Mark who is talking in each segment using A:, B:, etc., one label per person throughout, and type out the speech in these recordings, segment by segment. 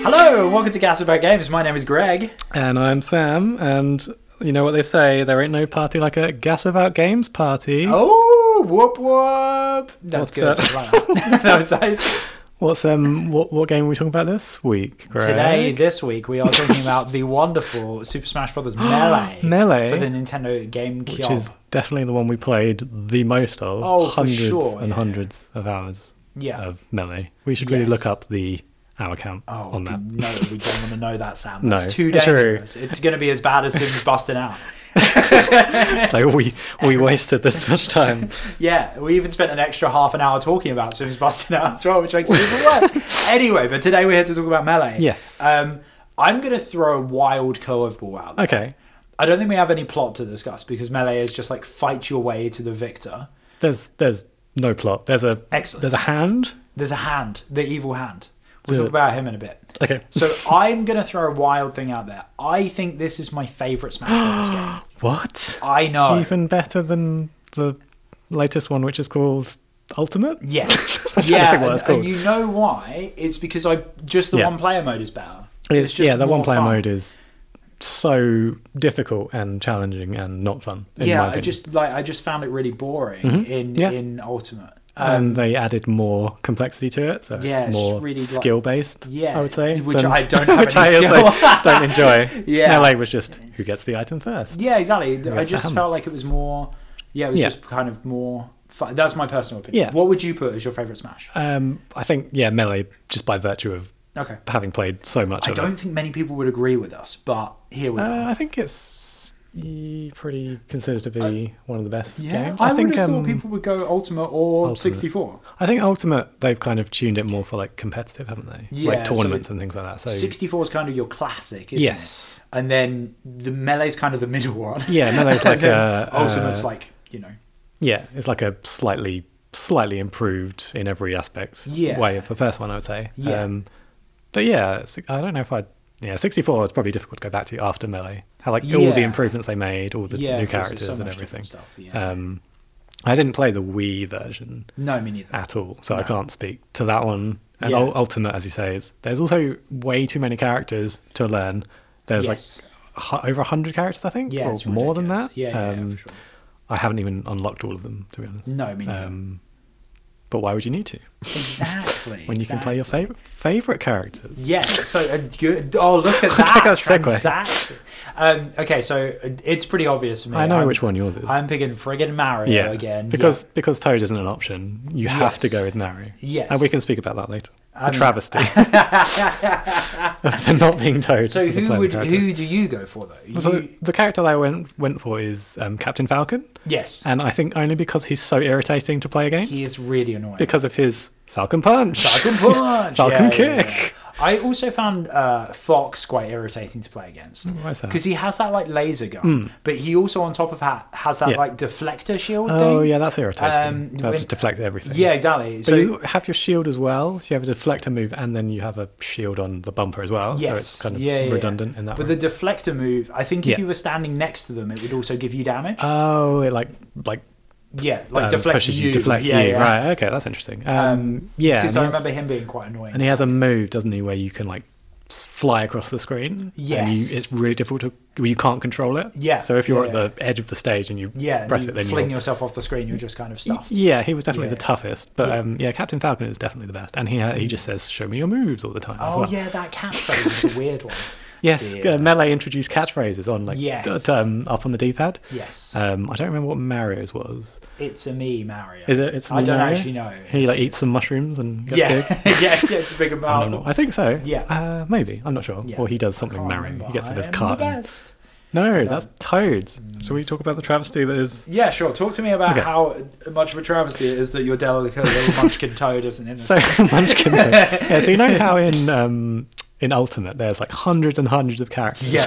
A: Hello, and welcome to Gas About Games. My name is Greg.
B: And I'm Sam, and you know what they say, there ain't no party like a gas about games party.
A: Oh, whoop whoop. That's
B: What's
A: good.
B: that?
A: I like that. that was uh, nice.
B: What's um what what game are we talking about this week, Greg?
A: Today, this week, we are talking about the wonderful Super Smash Bros. Melee.
B: Melee?
A: For the Nintendo
B: which
A: GameCube.
B: is definitely the one we played the most of.
A: Oh, for
B: hundreds
A: sure,
B: and
A: yeah.
B: hundreds of hours
A: yeah.
B: of melee. We should really
A: Yes.
B: look up the hour count
A: Oh,
B: on that.
A: no, we don't want to know that, Sam.
B: No,
A: That's too
B: it's true.
A: dangerous. It's going to be as bad as Sims busting out.
B: So we we wasted this much time.
A: Yeah, we even spent an extra half an hour talking about Sims busting out as well, which makes it even worse. anyway, but today we're here to talk about melee.
B: Yes.
A: Um, I'm going to throw a wild curveball out. there.
B: Okay.
A: I don't think we have any plot to discuss because melee is just like fight your way to the victor.
B: There's there's no plot. There's a
A: Excellent.
B: there's a hand.
A: There's a hand, the evil hand. We'll
B: Yeah.
A: talk about him in a bit.
B: Okay.
A: So I'm going to throw a wild thing out there. I think this is my favorite Smash Bros. game.
B: What?
A: I know.
B: Even better than the latest one, which is called Ultimate.
A: Yes.
B: don't
A: yeah.
B: think
A: And,
B: what that's
A: and
B: called.
A: you know why? It's because I just the
B: Yeah.
A: one player mode is better.
B: It's, yeah, the
A: more
B: one player
A: fun.
B: mode is so difficult and challenging and not fun. In
A: yeah,
B: my
A: I
B: opinion. Mm-hmm.
A: just like I just found it really boring in
B: Yeah.
A: in Ultimate.
B: and they added more complexity to it, so it's
A: um, Yeah, it's just
B: more
A: really, like-
B: skill based.
A: Yeah,
B: I would say,
A: which I don't have
B: which
A: any
B: I
A: skill.
B: also don't enjoy.
A: Yeah.
B: LA was just who gets the item first.
A: Yeah, exactly. I
B: it's a
A: just
B: hammer.
A: felt like it was more. Yeah, it was
B: Yeah.
A: just kind of more. Fun. That's my personal opinion.
B: Yeah.
A: What would you put as your favorite Smash?
B: Um, I think yeah, melee just by virtue of
A: Okay.
B: having played so much
A: I
B: of
A: don't
B: it.
A: think many people would agree with us, but here we
B: Uh,
A: are.
B: I think it's eh, pretty considered to be one of the best
A: Yeah,
B: games.
A: I,
B: think
A: would have
B: um,
A: thought people would go Ultimate or
B: Ultimate.
A: 64.
B: I think Ultimate they've kind of tuned it more for like competitive, haven't they?
A: Yeah,
B: like
A: so
B: tournaments
A: it-
B: and things like that. So
A: 64 is kind of your classic, isn't it?
B: yes,
A: And then the melee's kind of the middle one.
B: yeah, Melee's
A: And
B: like
A: then
B: a
A: Ultimate's
B: uh,
A: like, you know,
B: yeah, it's like a slightly slightly improved in every aspect
A: Yeah.
B: way of the first one, I would say.
A: Yeah.
B: Um, but yeah, si- I don't know if I. Yeah, 64 is probably difficult to go back to after Melee. How like all the
A: Yeah.
B: improvements they made, all the
A: yeah,
B: new
A: of course, there's
B: characters
A: so
B: and
A: much different
B: everything.
A: Stuff, yeah.
B: Um, I didn't play the Wii version.
A: no, me neither.
B: at all, so I
A: No.
B: can't speak to that one. And
A: Yeah.
B: ul Ultimate, as you say, is, there's also way too many characters to learn. There's
A: Yes.
B: like hu- over 100 characters, I think,
A: Yeah,
B: or
A: it's
B: more than
A: ridiculous.
B: that.
A: Yeah, yeah, yeah,
B: Um,
A: for sure.
B: I haven't even unlocked all of them, to be honest.
A: No, me neither.
B: Um, but why would you need to
A: exactly.
B: when you can play your
A: exactly.
B: favorite favorite characters?
A: Yes. So a good. Oh, look at
B: like
A: that
B: a segue.
A: transaction. Um, okay, so uh, it's pretty obvious for me.
B: I know
A: I'm-
B: which one yours is.
A: I'm picking friggin' Mario
B: yeah,
A: again
B: because
A: Yeah.
B: because Toad isn't an option. You have to
A: Yes.
B: go with Mario.
A: Yes.
B: and we can speak about that later. The
A: Um,
B: travesty of not being Toad.
A: So
B: as a
A: who
B: playable
A: would
B: character.
A: who do you go for though?
B: So
A: You-
B: the character that I went went for is um, Captain Falcon,
A: yes,
B: and I think only because he's so irritating to play against
A: he is really annoying.
B: because of his Falcon Punch.
A: Falcon Punch,
B: Falcon
A: yeah, yeah, yeah.
B: Kick.
A: I also found uh, Fox quite irritating to play against
B: Why is that? Mm.
A: because he has that like laser gun, but he also on top of that has that
B: Yeah.
A: like deflector shield
B: Oh
A: thing.
B: yeah, that's irritating.
A: Um,
B: That'll
A: when-
B: just deflect everything.
A: Yeah, exactly.
B: But
A: So
B: you have your shield as well. So you have a deflector move, and then you have a shield on the bumper as well. so
A: yes,
B: it's kind of
A: yeah, yeah, yeah.
B: redundant in that
A: But
B: way.
A: the deflector move, I think if
B: Yeah.
A: you were standing next to them, it would also give you damage.
B: Oh, it like like,
A: yeah, like
B: um,
A: deflect
B: pushes you,
A: you,
B: deflects
A: yeah,
B: you.
A: yeah.
B: Right. Okay, that's interesting. Um, yeah,
A: Because
B: and
A: I
B: that's-
A: remember him being quite annoying.
B: And he has a move, doesn't he, where you can like s- fly across the screen. And
A: Yes.
B: you, it's really difficult to. well, You can't control it.
A: Yeah,
B: So if you're
A: yeah,
B: at the edge of the stage and you
A: yeah, and
B: press
A: you
B: it, then
A: fling
B: you're.
A: yourself off the screen, you're just kind of stuffed.
B: Yeah, he was definitely
A: Yeah.
B: the toughest, but
A: Yeah.
B: um, yeah, Captain Falcon is definitely the best, and he ha- he just says, "Show me your moves" all the time. as
A: Oh
B: well.
A: yeah, that catchphrase is a weird one.
B: Yes,
A: dear.
B: uh, melee introduced catchphrases on like d-
A: Yes.
B: d- um, up on the D-pad.
A: Yes,
B: Um, I don't remember what Mario's was.
A: it's a me, Mario.
B: Is it? It's
A: I don't
B: Mario?
A: actually know.
B: He like eats some mushrooms and gets
A: yeah.
B: big.
A: yeah, yeah, it's a bigger
B: I,
A: mouth.
B: don't know. I think so.
A: Yeah.
B: Uh, maybe. I'm not sure.
A: Yeah.
B: Or he does
A: Can't
B: something Mario.
A: remember.
B: He gets in his
A: I am the
B: cart. and-
A: best.
B: No, that's toads.
A: Mm,
B: Shall we talk about the travesty that is?
A: Yeah, sure. Talk to me about
B: Okay.
A: how much of a travesty it is that your delicate little munchkin toad isn't in this.
B: So Munchkin. toad. yeah, so you know how in um, in Ultimate there's like hundreds and hundreds of characters.
A: yeah,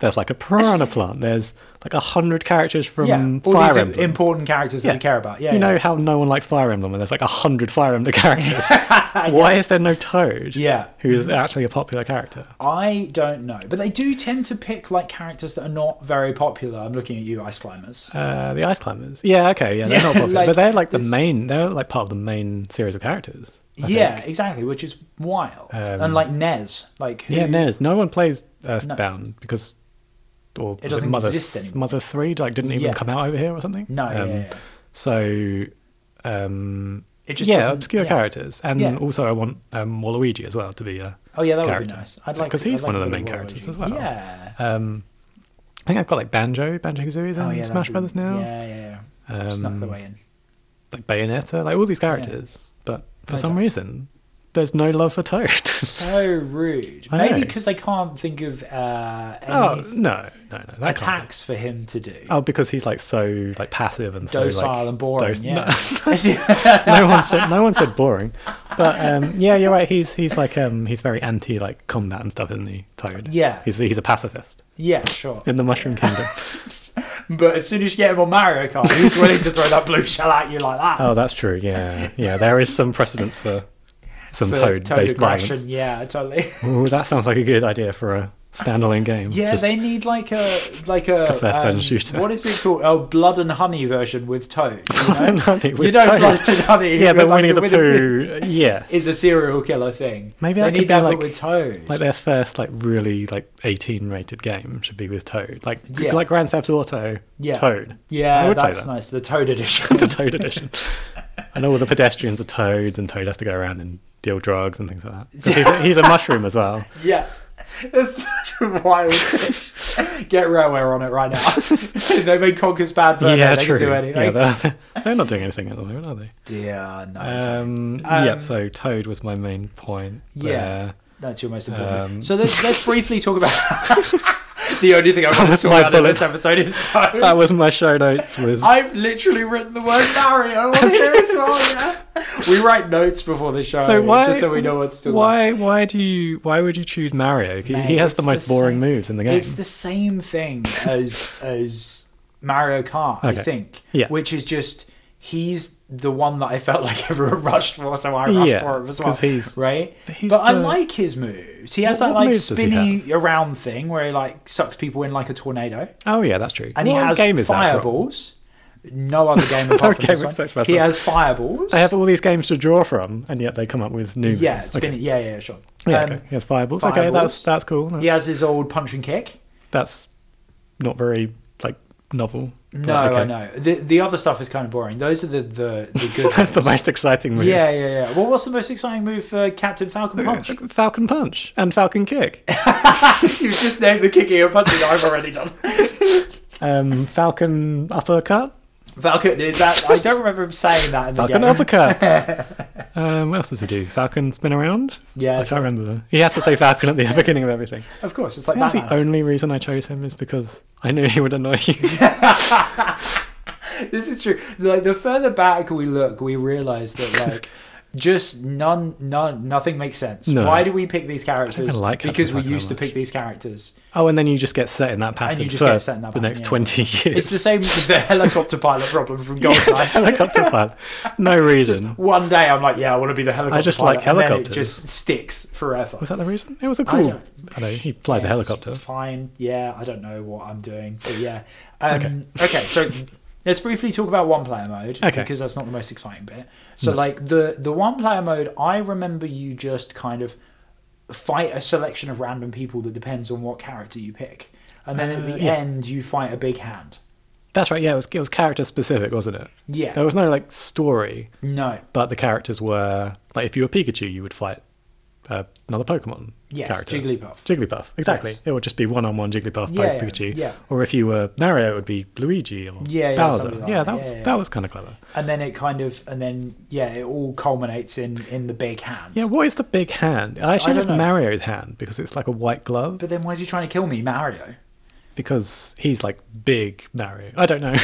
B: there's like a piranha plant. There's like a hundred characters from
A: yeah. All
B: Fire
A: these
B: Emblem.
A: important characters that
B: Yeah.
A: we care about. Yeah,
B: you know
A: yeah.
B: how no one likes Fire Emblem, and there's like a hundred Fire Emblem characters. Why is there no Toad?
A: Yeah. Mm-hmm.
B: who is actually a popular character?
A: I don't know, but they do tend to pick like characters that are not very popular. I'm looking at you, ice climbers.
B: Uh, the Ice Climbers. Yeah, okay, yeah, they're
A: Yeah,
B: not popular,
A: like,
B: but they're like the
A: it's-
B: main. They're like part of the main series of characters. I
A: yeah,
B: think.
A: exactly, which is wild.
B: Um,
A: and like Nez, like who-
B: Yeah, Nez. No one plays Earthbound because, or was
A: doesn't
B: Mother,
A: exist anymore.
B: Mother Three like didn't even
A: Yeah.
B: come out over here or something.
A: No, yeah,
B: Um,
A: yeah, yeah.
B: So, um,
A: It just
B: yeah,
A: doesn't-
B: obscure
A: yeah.
B: characters, and
A: Yeah.
B: also I want um, Waluigi as well to be uh, a.
A: Oh yeah, that would
B: character.
A: be nice. I'd
B: Yeah,
A: like
B: 'cause
A: to-
B: he's
A: I'd like
B: one
A: a
B: of the
A: bit
B: main characters as well.
A: Yeah.
B: Um, I think I've got like Banjo, Banjo Kazooie, in
A: Oh, yeah, that
B: Smash
A: would be-
B: Brothers now.
A: Yeah, yeah, yeah.
B: Um,
A: Snuck the way in.
B: like Bayonetta, like all these characters. But for
A: No
B: some
A: Toad.
B: reason, there's no love for Toad.
A: So rude.
B: I
A: Maybe
B: know.
A: because they can't think of uh, any
B: oh no, no, no, that can't
A: attacks for him to do.
B: be. Oh, because he's like so like passive and so
A: Docile
B: like,
A: and boring.
B: doc-
A: yeah.
B: No, no one said no one said boring, but um, yeah, you're right. He's he's like um, he's very anti like combat and stuff, isn't he? Toad.
A: Yeah.
B: He's he's a pacifist
A: yeah, sure.
B: in the Mushroom Kingdom.
A: But as soon as you get him on Mario Kart, he's willing to throw that blue shell at you like that.
B: oh, that's true. Yeah, yeah. There is some precedence for some
A: For
B: Toad-based
A: aggression.
B: violence.
A: Yeah, totally.
B: Ooh, that sounds like a good idea for a standalone game.
A: Yeah,
B: Just-
A: they need like a like a, um,
B: first-person shooter.
A: What is it called? Oh, blood and honey version with Toad. You know,
B: Honey
A: You
B: with
A: know
B: Toad.
A: blood and honey.
B: Yeah,
A: with,
B: but Winnie the
A: with a pig
B: Pooh. Yeah,
A: is a serial killer thing.
B: Maybe
A: they
B: that
A: need
B: could be
A: that
B: like-
A: but with Toad.
B: like their first like really like eighteen rated game should be with Toad, like
A: Yeah.
B: like Grand Theft Auto.
A: Yeah.
B: Toad. I
A: yeah,
B: would play
A: that's
B: that.
A: nice. The Toad edition.
B: the Toad edition. And all the pedestrians are Toads, and Toad has to go around and deal drugs and things like that. 'Cause He's a, he's a mushroom as well.
A: yeah. It's such a wild pitch. Get railway on it right now. they made Conker's bad version.
B: yeah,
A: they
B: true.
A: can do anything.
B: Yeah, they're, they're not doing anything at the moment, are they?
A: Dear, no. it's okay.
B: Um,
A: Um,
B: yeah. So Toad was my main point.
A: Yeah.
B: there.
A: That's your most important.
B: Um,
A: so let's, let's briefly talk about. the only thing I want
B: was
A: to talk
B: my
A: about in
B: bullet.
A: this episode is Toad.
B: that was my show notes. Was
A: I've literally written the word Mario on here as well. Yeah. We write notes before the show,
B: so why?
A: just so we know what's to like.
B: why? Why do you? Why would you choose Mario? He, he
A: Mate,
B: has the
A: it's
B: most
A: the
B: boring
A: same-
B: moves in the game.
A: It's the same thing as as Mario Kart, I
B: Okay.
A: think.
B: Yeah.
A: Which is just he's the one that I felt like everyone rushed for, so I rushed
B: Yeah,
A: for him as well.
B: 'cause he's-
A: right.
B: he's
A: but I
B: the-
A: like his moves. He has
B: What-
A: that
B: what
A: like
B: moves does he
A: spinny around thing where he like sucks people in like a tornado,
B: oh yeah, that's true.
A: and he
B: What
A: has
B: game is that from?
A: fireballs. No other game apart from
B: game
A: this
B: except
A: one.
B: Smash
A: He
B: Bros.
A: has fireballs.
B: They have all these games to draw from, and yet they come up with new.
A: yeah,
B: moves.
A: it's been, yeah, yeah, sure.
B: Yeah,
A: Um,
B: okay. He has fireballs. Okay,
A: fireballs.
B: that's that's cool.
A: He has his old punch and kick.
B: That's not very like novel. but
A: No,
B: okay.
A: I know. The the other stuff is kind of boring. Those are the the, the good.
B: That's
A: ones.
B: the most exciting move.
A: yeah, yeah, yeah. Well, what's the most exciting move for Captain
B: Oh,
A: Falcon Punch?
B: Falcon punch and Falcon kick.
A: You've just named the kicking and punching that I've already done.
B: Um, Falcon uppercut.
A: Falcon is that? I don't remember him saying that in the
B: Falcon
A: game.
B: uppercut. um, what else does he do? Falcon spin around.
A: Yeah,
B: I can't remember. The... He has to say Falcon at the beginning of everything.
A: of course. It's like
B: That's
A: Batman.
B: the only reason I chose him is because I knew he would annoy you.
A: this is true. Like the further back we look, we realize that like just none, none, nothing makes sense.
B: No.
A: Why do we pick these characters?
B: like Captain
A: because we
B: Falcon
A: used to
B: that
A: pick these characters.
B: oh, and then you just get set in that pattern
A: you just
B: for
A: get set in that
B: the
A: pattern,
B: next
A: yeah.
B: twenty
A: It's
B: years.
A: the same as the helicopter pilot problem from Goldeneye.
B: Helicopter pilot. No reason.
A: One day I'm like, yeah, I want to be the helicopter.
B: I just
A: pilot,
B: like
A: and then
B: helicopters.
A: it just sticks forever.
B: Was that the reason? It was a
A: I
B: cool. I
A: don't-
B: know, he flies a
A: Yes,
B: helicopter.
A: Fine. Yeah, I don't know what I'm doing, but yeah. Um, okay. So let's briefly talk about one player mode
B: Okay.
A: because that's not the most exciting bit. So like the the one player mode, I remember you just kind of fight a selection of random people that depends on what character you pick, and then at
B: Uh,
A: the
B: yeah.
A: end you fight a big hand.
B: That's right. Yeah, it was it was character specific, wasn't it?
A: Yeah.
B: There was no like story,
A: no.
B: but the characters were like if you were Pikachu, you would fight uh, another Pokemon
A: Yes.
B: character.
A: Jigglypuff.
B: Jigglypuff, exactly.
A: Yes.
B: It would just be one-on-one Jigglypuff
A: Yeah, yeah,
B: by Pikachu.
A: yeah.
B: Or if you were Mario, it would be Luigi or
A: Yeah, yeah,
B: Bowser.
A: something like
B: yeah,
A: that.
B: that
A: Yeah,
B: was
A: yeah.
B: that was kind of clever.
A: and then it kind of and then yeah it all culminates in in the big hand
B: Yeah, what is the big hand? I assume
A: don't
B: it's
A: know.
B: Mario's hand because it's like a white glove
A: but then why is he trying to kill me mario
B: because he's like big Mario. I don't know.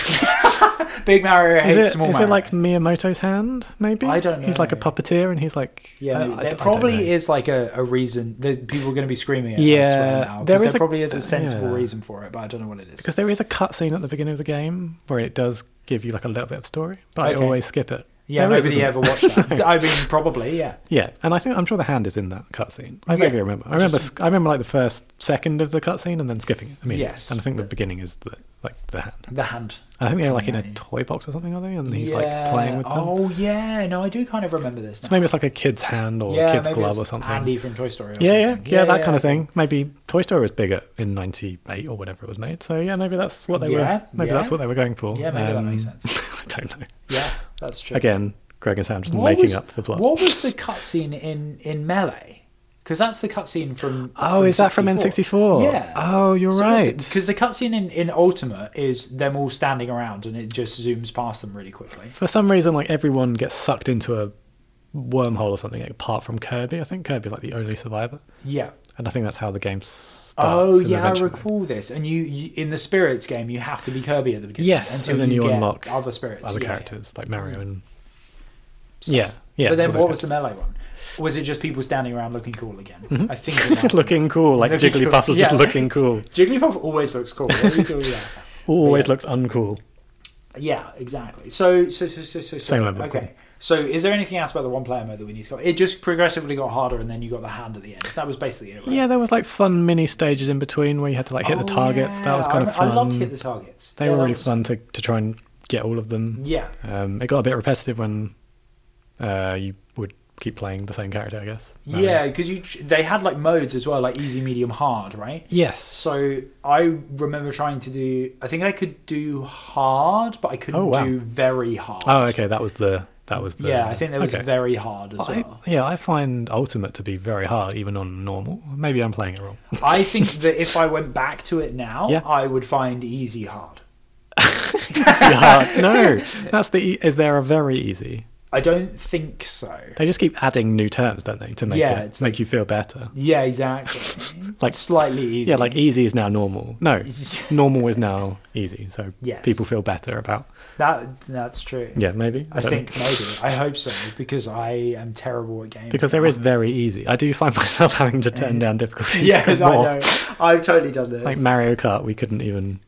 A: big mario hates
B: Is, it,
A: small
B: is
A: mario
B: it like Miyamoto's hand? Maybe
A: I don't
B: He's like a
A: know.
B: puppeteer, and he's like
A: yeah
B: I-
A: maybe.
B: I- I
A: Uh, there
B: don't
A: probably
B: know.
A: is like a, a reason that people are going to be screaming at
B: Yeah,
A: us right now 'cause
B: there
A: there,
B: is a-
A: probably is a sensible
B: yeah.
A: reason for it but i don't know what it is
B: because there is a cutscene at the beginning of the game where it does give you like a little bit of story, but
A: Okay.
B: I always skip it
A: Yeah,
B: There is,
A: nobody ever
B: isn't
A: watched that. I mean, probably, yeah.
B: Yeah, and I think I'm sure the hand is in that cutscene. I
A: Yeah,
B: vaguely remember. I remember. I remember like the first second of the cutscene and then skipping it. I mean,
A: Yes.
B: And I think the beginning is the like the hand.
A: The hand.
B: I think they're like in a
A: Yeah.
B: toy box or something, are they? And he's
A: yeah.
B: like playing with them.
A: Oh, yeah. No, I do kind of remember this.
B: So
A: now.
B: maybe it's like a kid's hand or
A: yeah,
B: kid's
A: maybe
B: glove
A: it's
B: or something.
A: Andy from Toy Story or
B: yeah, yeah, yeah,
A: something.
B: that kind
A: yeah.
B: of thing. Maybe Toy Story was bigger in '98 or whenever it was made. So yeah, maybe that's what they
A: Yeah,
B: were. Maybe
A: yeah.
B: that's what they were going for.
A: Yeah, maybe that makes
B: Um,
A: sense.
B: I don't know.
A: Yeah, that's true.
B: Again, Greg and Sam just
A: What
B: making
A: was-
B: up the plot.
A: What was the cutscene in in Melee? Because that's the cutscene from.
B: Oh, is that from N64?
A: Yeah.
B: Oh, you're right.
A: Because the cutscene in in Ultima is them all standing around and it just zooms past them really quickly.
B: For some reason, like everyone gets sucked into a wormhole or something, apart from Kirby. I think Kirby's like the only survivor,
A: Yeah.
B: and I think that's how the game starts.
A: Oh
B: and
A: yeah, I
B: eventually-
A: recall this. And you, you in the spirits game, you have to be Kirby at the beginning.
B: Yes,
A: until
B: and then you,
A: get
B: unlock
A: other spirits,
B: other
A: Yeah, yeah.
B: characters like Mario and
A: Stuff.
B: yeah, yeah.
A: but then,
B: all those
A: what was
B: characters.
A: the melee one? Was it just people standing around looking cool again? I think it was.
B: Mm-hmm. looking cool? Like
A: Looking cool.
B: Jigglypuff just
A: Yeah.
B: looking cool.
A: Jigglypuff always looks cool. What do you feel with that?
B: Always
A: Yeah.
B: looks uncool.
A: Yeah, exactly. So, so, so, so, so, so
B: Same level of
A: Okay.
B: cool.
A: So, is there anything else about the one player mode that we need to cover? It just progressively got harder, and then you got the hand at the end. That was basically it. Right?
B: Yeah, there was like fun mini stages in between where you had to like hit the
A: Oh,
B: targets.
A: yeah.
B: That was kind
A: I,
B: of fun.
A: I loved hit the targets.
B: They
A: Yeah,
B: were
A: that
B: really
A: was-
B: fun to, to try and get all of them.
A: Yeah,
B: Um, it got a bit repetitive when uh, you would keep playing the same character, I guess. Um,
A: yeah, because you ch- they had like modes as well, like easy, medium, hard, right?
B: Yes.
A: So I remember trying to do. I think I could do hard, but I couldn't
B: Oh, wow.
A: do very hard.
B: oh, okay. That was the that was the.
A: Yeah, I think there was
B: okay.
A: very hard as
B: I-
A: well.
B: yeah, I find Ultimate to be very hard, even on normal. Maybe I'm playing it wrong.
A: I think that if I went back to it now,
B: Yeah.
A: I would find easy hard.
B: Yeah, Uh, no, that's the. e- Is there a very easy?
A: I don't think so.
B: They just keep adding new terms, don't they, to make
A: Yeah,
B: it
A: it's
B: make you feel better.
A: Yeah, exactly.
B: Like-
A: slightly easy.
B: Yeah, like e easy is now normal. No, normal is now easy. So
A: Yes.
B: people feel better about.
A: that. That's true.
B: Yeah, maybe.
A: I
B: don't know.
A: think maybe. I hope so because I am terrible at games.
B: because there
A: now.
B: is very easy. I do find myself having to turn down difficulty.
A: Yeah, I
B: even more.
A: know. I've totally done this.
B: Like Mario Kart, we couldn't even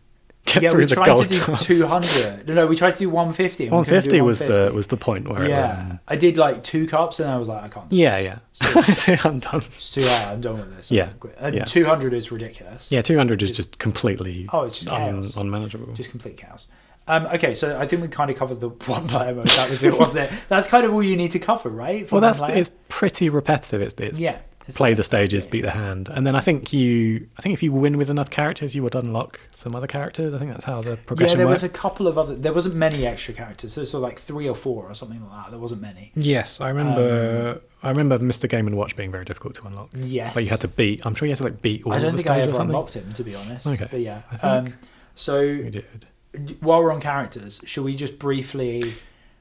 B: get
A: yeah,
B: through
A: we
B: the
A: tried to
B: gold
A: do
B: class.
A: 200. No, no, we tried to do 150. and we
B: One
A: couldn't do
B: fifty was the
A: 150.
B: was the point where.
A: yeah,
B: um,
A: I did like two cups and I was like, I can't. do
B: yeah,
A: this.
B: yeah.
A: So-
B: I think I'm done.
A: It's too hard. I'm done with this.
B: Yeah,
A: I'm quit. And
B: yeah.
A: 200 is ridiculous.
B: Yeah, two hundred is
A: Just-
B: just completely
A: Oh, it's just
B: un-
A: chaos.
B: unmanageable.
A: Just complete chaos. Um, okay, so I think we kind of covered the one player mode. That was it, wasn't it? That's kind of all you need to cover, right? for
B: well, that's
A: one player?
B: it's pretty repetitive. It's, it's
A: yeah. it's
B: play
A: just-
B: the stages, beat the hand, and then I think you I think if you win with enough characters, you would unlock some other characters. I think that's how the
A: Yeah,
B: progression
A: there
B: works.
A: was a couple of other. There wasn't many extra characters. There was sort of like three or four or something like that. There wasn't many.
B: Yes, I remember.
A: Um,
B: I remember Mr. Game and Watch being very difficult to unlock.
A: Yes.
B: Like you had to beat. I'm sure you had to like beat all
A: I don't
B: the
A: think
B: stages
A: I
B: or
A: ever
B: something.
A: unlocked him, to be honest.
B: Okay.
A: But yeah.
B: I think
A: Um, so
B: We did.
A: d- while we're on characters, should we just briefly?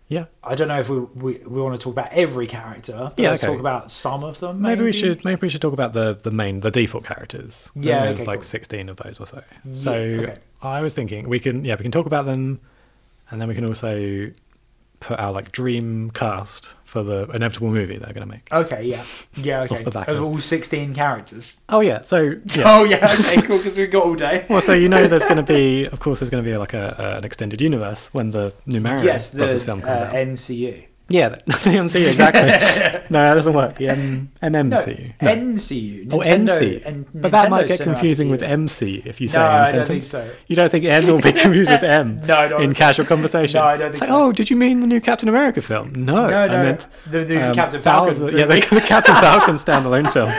B: Yeah.
A: I don't know if we we, we want to talk about every character. But
B: Yeah,
A: Let's
B: okay.
A: talk about some of them.
B: Maybe,
A: Maybe,
B: we should maybe we should talk about the the main the default characters. I think
A: Yeah,
B: There's
A: okay,
B: like
A: cool.
B: 16 of those or so. So
A: okay.
B: I was thinking we can yeah we can talk about them, and then we can also put our like dream cast for the inevitable movie they're going to make.
A: Okay. Yeah. Yeah. Okay.
B: the back
A: Of
B: of-
A: all sixteen characters.
B: Oh yeah. So yeah.
A: Oh yeah. Okay. Cool. Because we've got all day.
B: Well, so you know, there's going to be, of course, there's going to be like a, a an extended universe when the new Mario
A: yes. The
B: Brothers film comes
A: uh,
B: out.
A: NCU.
B: Yeah, the MCU exactly. no, that doesn't work. The M- NMCU.
A: No, NCU.
B: oh,
A: Nintendo,
B: NC.
A: And
B: but that might
A: Nintendo
B: get
A: Cinematic
B: confusing with
A: Universe.
B: MC if you say
A: No,
B: it in a
A: I don't
B: sentence.
A: think so.
B: You don't think N will be confused with M
A: No, I don't
B: in
A: think so.
B: casual conversation?
A: No, I don't think
B: It's like,
A: so.
B: Oh, did you mean the new Captain America film? No,
A: No,
B: I
A: no,
B: meant
A: the, the
B: um,
A: Captain Falcon.
B: Bowser-
A: movie.
B: yeah, the, the Captain Falcon standalone film,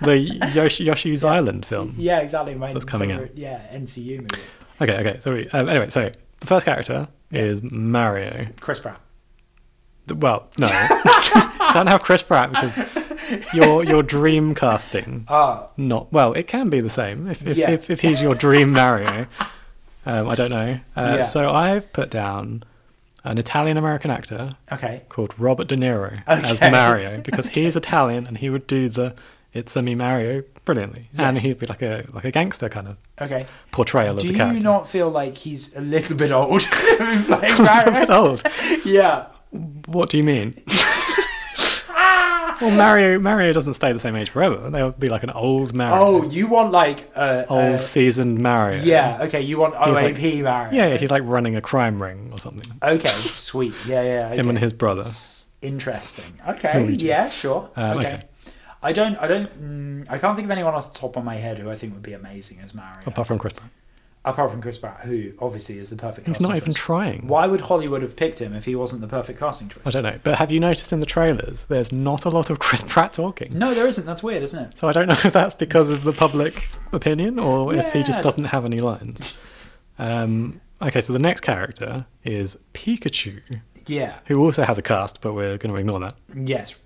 B: the Yoshi, Yoshi's Island film.
A: Yeah, exactly. My
B: That's coming out.
A: favorite, Yeah, NCU movie.
B: Okay, okay. So we, um, anyway, so the first character is Mario.
A: Chris Pratt.
B: Th- Well, no, don't have Chris Pratt because you're you're dream casting.
A: Ah,
B: Not well. It can be the same if if,
A: Yeah.
B: if, if he's your dream Mario. Um, I don't know. Uh,
A: Yeah.
B: So I've put down an Italian American actor
A: okay.
B: called Robert De Niro as
A: Okay.
B: Mario because he's Italian and he would do the "It's a me Mario" brilliantly, and
A: Yes.
B: he'd be like a like a gangster kind of
A: Okay.
B: portrayal of
A: Do
B: the
A: you
B: character.
A: not feel like he's a little bit old to be playing
B: I'm a
A: Mario?
B: bit old.
A: yeah.
B: What do you mean? Well, Mario Mario doesn't stay the same age forever. They'll be like an old Mario,
A: Oh, you want like uh,
B: old
A: uh,
B: seasoned Mario.
A: yeah, okay, you want
B: He's
A: OAP
B: like-
A: Mario.
B: yeah, yeah. He's like running a crime ring or something.
A: Okay, sweet. Yeah, yeah. okay.
B: Him and his brother.
A: Interesting. Okay.
B: Luigi.
A: Yeah. Sure.
B: Um,
A: okay.
B: okay.
A: I don't. I don't. Mm, I can't think of anyone off the top of my head who I think would be amazing as Mario, apart,
B: Apart from Chris Pratt,
A: from Chris Pratt, who obviously is the perfect.
B: he's
A: casting
B: not even
A: choice.
B: trying.
A: Why would Hollywood have picked him if he wasn't the perfect casting choice?
B: I don't know. But have you noticed in the trailers, there's not a lot of Chris Pratt talking.
A: No, there isn't. That's weird, isn't it?
B: So I don't know if that's because of the public opinion or if he
A: Yeah.
B: just doesn't have any lines. Um, okay, so the next character is Pikachu,
A: Yeah.
B: who also has a cast, but we're going to ignore that.
A: Yes.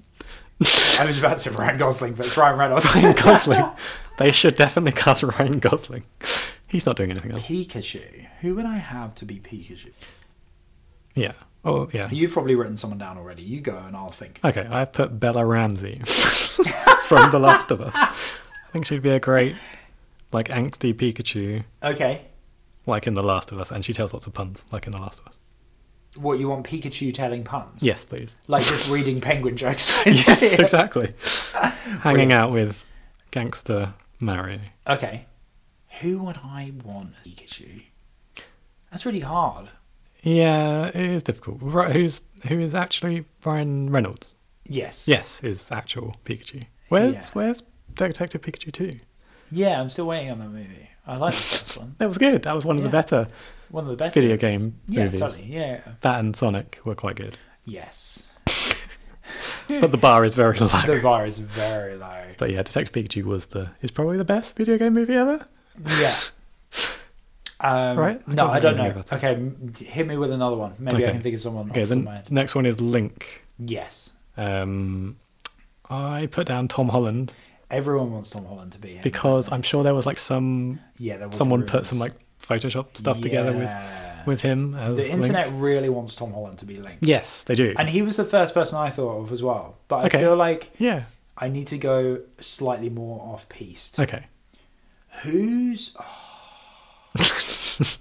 A: I was about to say Ryan Gosling, but it's Ryan Reynolds.
B: Ryan Gosling. they should definitely cast Ryan Gosling. He's not doing anything else.
A: Pikachu. Who would I have to be Pikachu?
B: Yeah. Oh, yeah.
A: You've probably written someone down already. You go and I'll think.
B: Okay, I've put Bella Ramsey from The Last of Us. I think she'd be a great, like, angsty Pikachu,
A: Okay.
B: like in The Last of Us, and she tells lots of puns, like in The Last of Us.
A: What you want Pikachu telling puns?
B: Yes, please.
A: Like just reading penguin jokes.
B: yes, exactly. Hanging out with gangster Mario.
A: Okay. Who would I want as Pikachu? That's really hard.
B: Yeah, it is difficult. Ri- Who's who is actually Ryan Reynolds?
A: Yes.
B: Yes, is actual Pikachu. Where's
A: Yeah.
B: where's Detective Pikachu two?
A: Yeah, I'm still waiting on that movie. I like the first one.
B: That was good. That was one of the
A: Yeah.
B: better
A: One of the best.
B: video game
A: Yeah,
B: movies.
A: totally. Yeah.
B: That and Sonic were quite good,
A: Yes.
B: but the bar is very low.
A: The bar is very low.
B: But yeah, Detective Pikachu was the is probably the best video game movie ever.
A: Yeah. Um,
B: Right? I
A: No,
B: don't
A: I don't
B: really
A: know.
B: know about it.
A: Okay, m- hit me with another one. Maybe I
B: Okay.
A: can think of someone
B: Okay,
A: off the top of my
B: then
A: head.
B: next one is Link.
A: Yes.
B: Um, I put down Tom Holland
A: Everyone wants Tom Holland to be him.
B: because I'm sure there was like some
A: yeah, there was
B: someone put
A: rumours.
B: some like Photoshop stuff together with
A: Yeah.
B: with him. As
A: The
B: Link.
A: internet really wants Tom Holland to be Link.
B: Yes, they do.
A: And he was the first person I thought of as well. But I
B: Okay.
A: feel like
B: yeah.
A: I need to go slightly more off piste.
B: Okay.
A: Who's. oh,
B: It's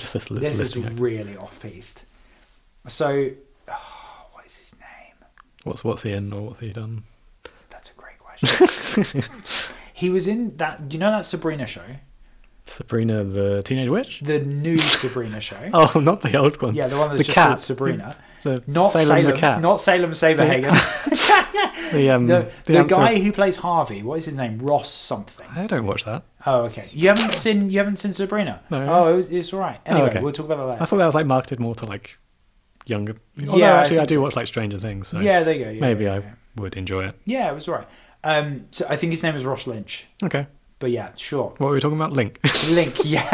B: just this list.
A: this is
B: listing.
A: really off piste. So. oh, what is his name?
B: What's what's he in or what's he done?
A: That's a great question. he was in that. Do you know that Sabrina show?
B: Sabrina the Teenage Witch?
A: The new Sabrina show.
B: Oh, not the old one.
A: Yeah, the one that's
B: the
A: just
B: cat.
A: called Sabrina.
B: The
A: Not
B: Salem,
A: Salem,
B: the cat.
A: not Salem Saberhagen.
B: the um
A: the
B: the,
A: the,
B: anthrop-
A: guy who plays Harvey. What is his name? Ross something.
B: I don't watch that.
A: Oh, okay. You haven't seen you haven't seen Sabrina.
B: No.
A: Oh, it was, it's all right. Anyway,
B: okay.
A: we'll talk about that later.
B: I thought that was like marketed more to like younger. Although
A: Yeah, I
B: actually, I,
A: think
B: do
A: so.
B: watch like Stranger Things, so
A: yeah, there you go. Yeah,
B: maybe
A: yeah,
B: I
A: yeah.
B: would enjoy it.
A: Yeah, it was all right. Um, so I think his name is Ross Lynch.
B: Okay,
A: But yeah, sure.
B: what were we talking about? Link.
A: Link. Yeah.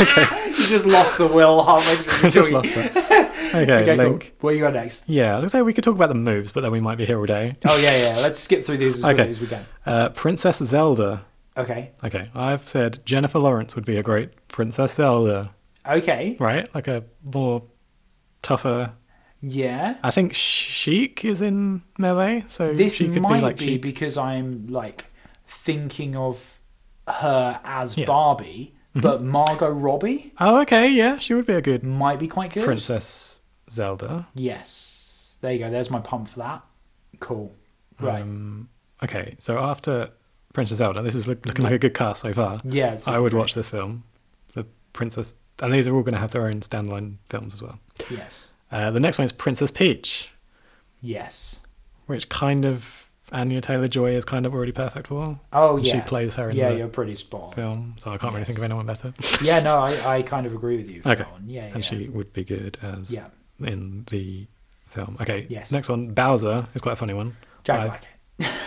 A: you just lost the will halfway through.
B: I
A: the
B: just
A: talking.
B: lost that. Okay,
A: Okay,
B: Link.
A: cool. Where you go next?
B: Yeah, let's say we could talk about the moves, but then we might be here all day.
A: Oh yeah, yeah. Let's skip through these as
B: Okay.
A: quickly as we can.
B: Uh, Princess Zelda.
A: Okay.
B: Okay, I've said Jennifer Lawrence would be a great Princess Zelda,
A: Okay.
B: right? Like a more tougher.
A: Yeah.
B: I think Sheik is in melee, so
A: This
B: she could
A: might
B: be like
A: be
B: Sheik.
A: because I'm like thinking of her as
B: Yeah. Mm-hmm.
A: Barbie, but Margot Robbie
B: Oh, okay, yeah, she would be a good
A: might be quite good.
B: Princess Zelda.
A: Yes. There you go. There's my pump for that. Cool. Right.
B: Um, okay, so after Princess Zelda, this is look, looking like a good cast so far.
A: yeah. It's
B: I would watch this film, The Princess, and these are all going to have their own standalone films as well.
A: Yes.
B: Uh, the next one is Princess Peach,
A: Yes.
B: which kind of Anya Taylor Joy is kind of already perfect for.
A: Oh
B: She
A: yeah.
B: plays her in
A: yeah,
B: the
A: you're pretty spot. on.
B: film, so I can't really think of
A: Yes.
B: anyone better.
A: yeah. No, I, I kind of agree with you. For
B: Okay.
A: That one. Yeah. Yeah.
B: and she would be good as
A: yeah.
B: in the film. Okay,
A: Yes.
B: next one, Bowser is quite a funny one.
A: Jack
B: I've-
A: Black.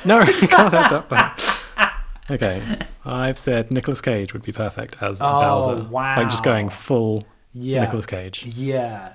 B: No, you can't have that one. Okay, I've said Nicolas Cage would be perfect as
A: Oh,
B: Bowser. Like just going
A: wow.
B: full
A: Yeah.
B: Nicolas Cage.
A: Yeah.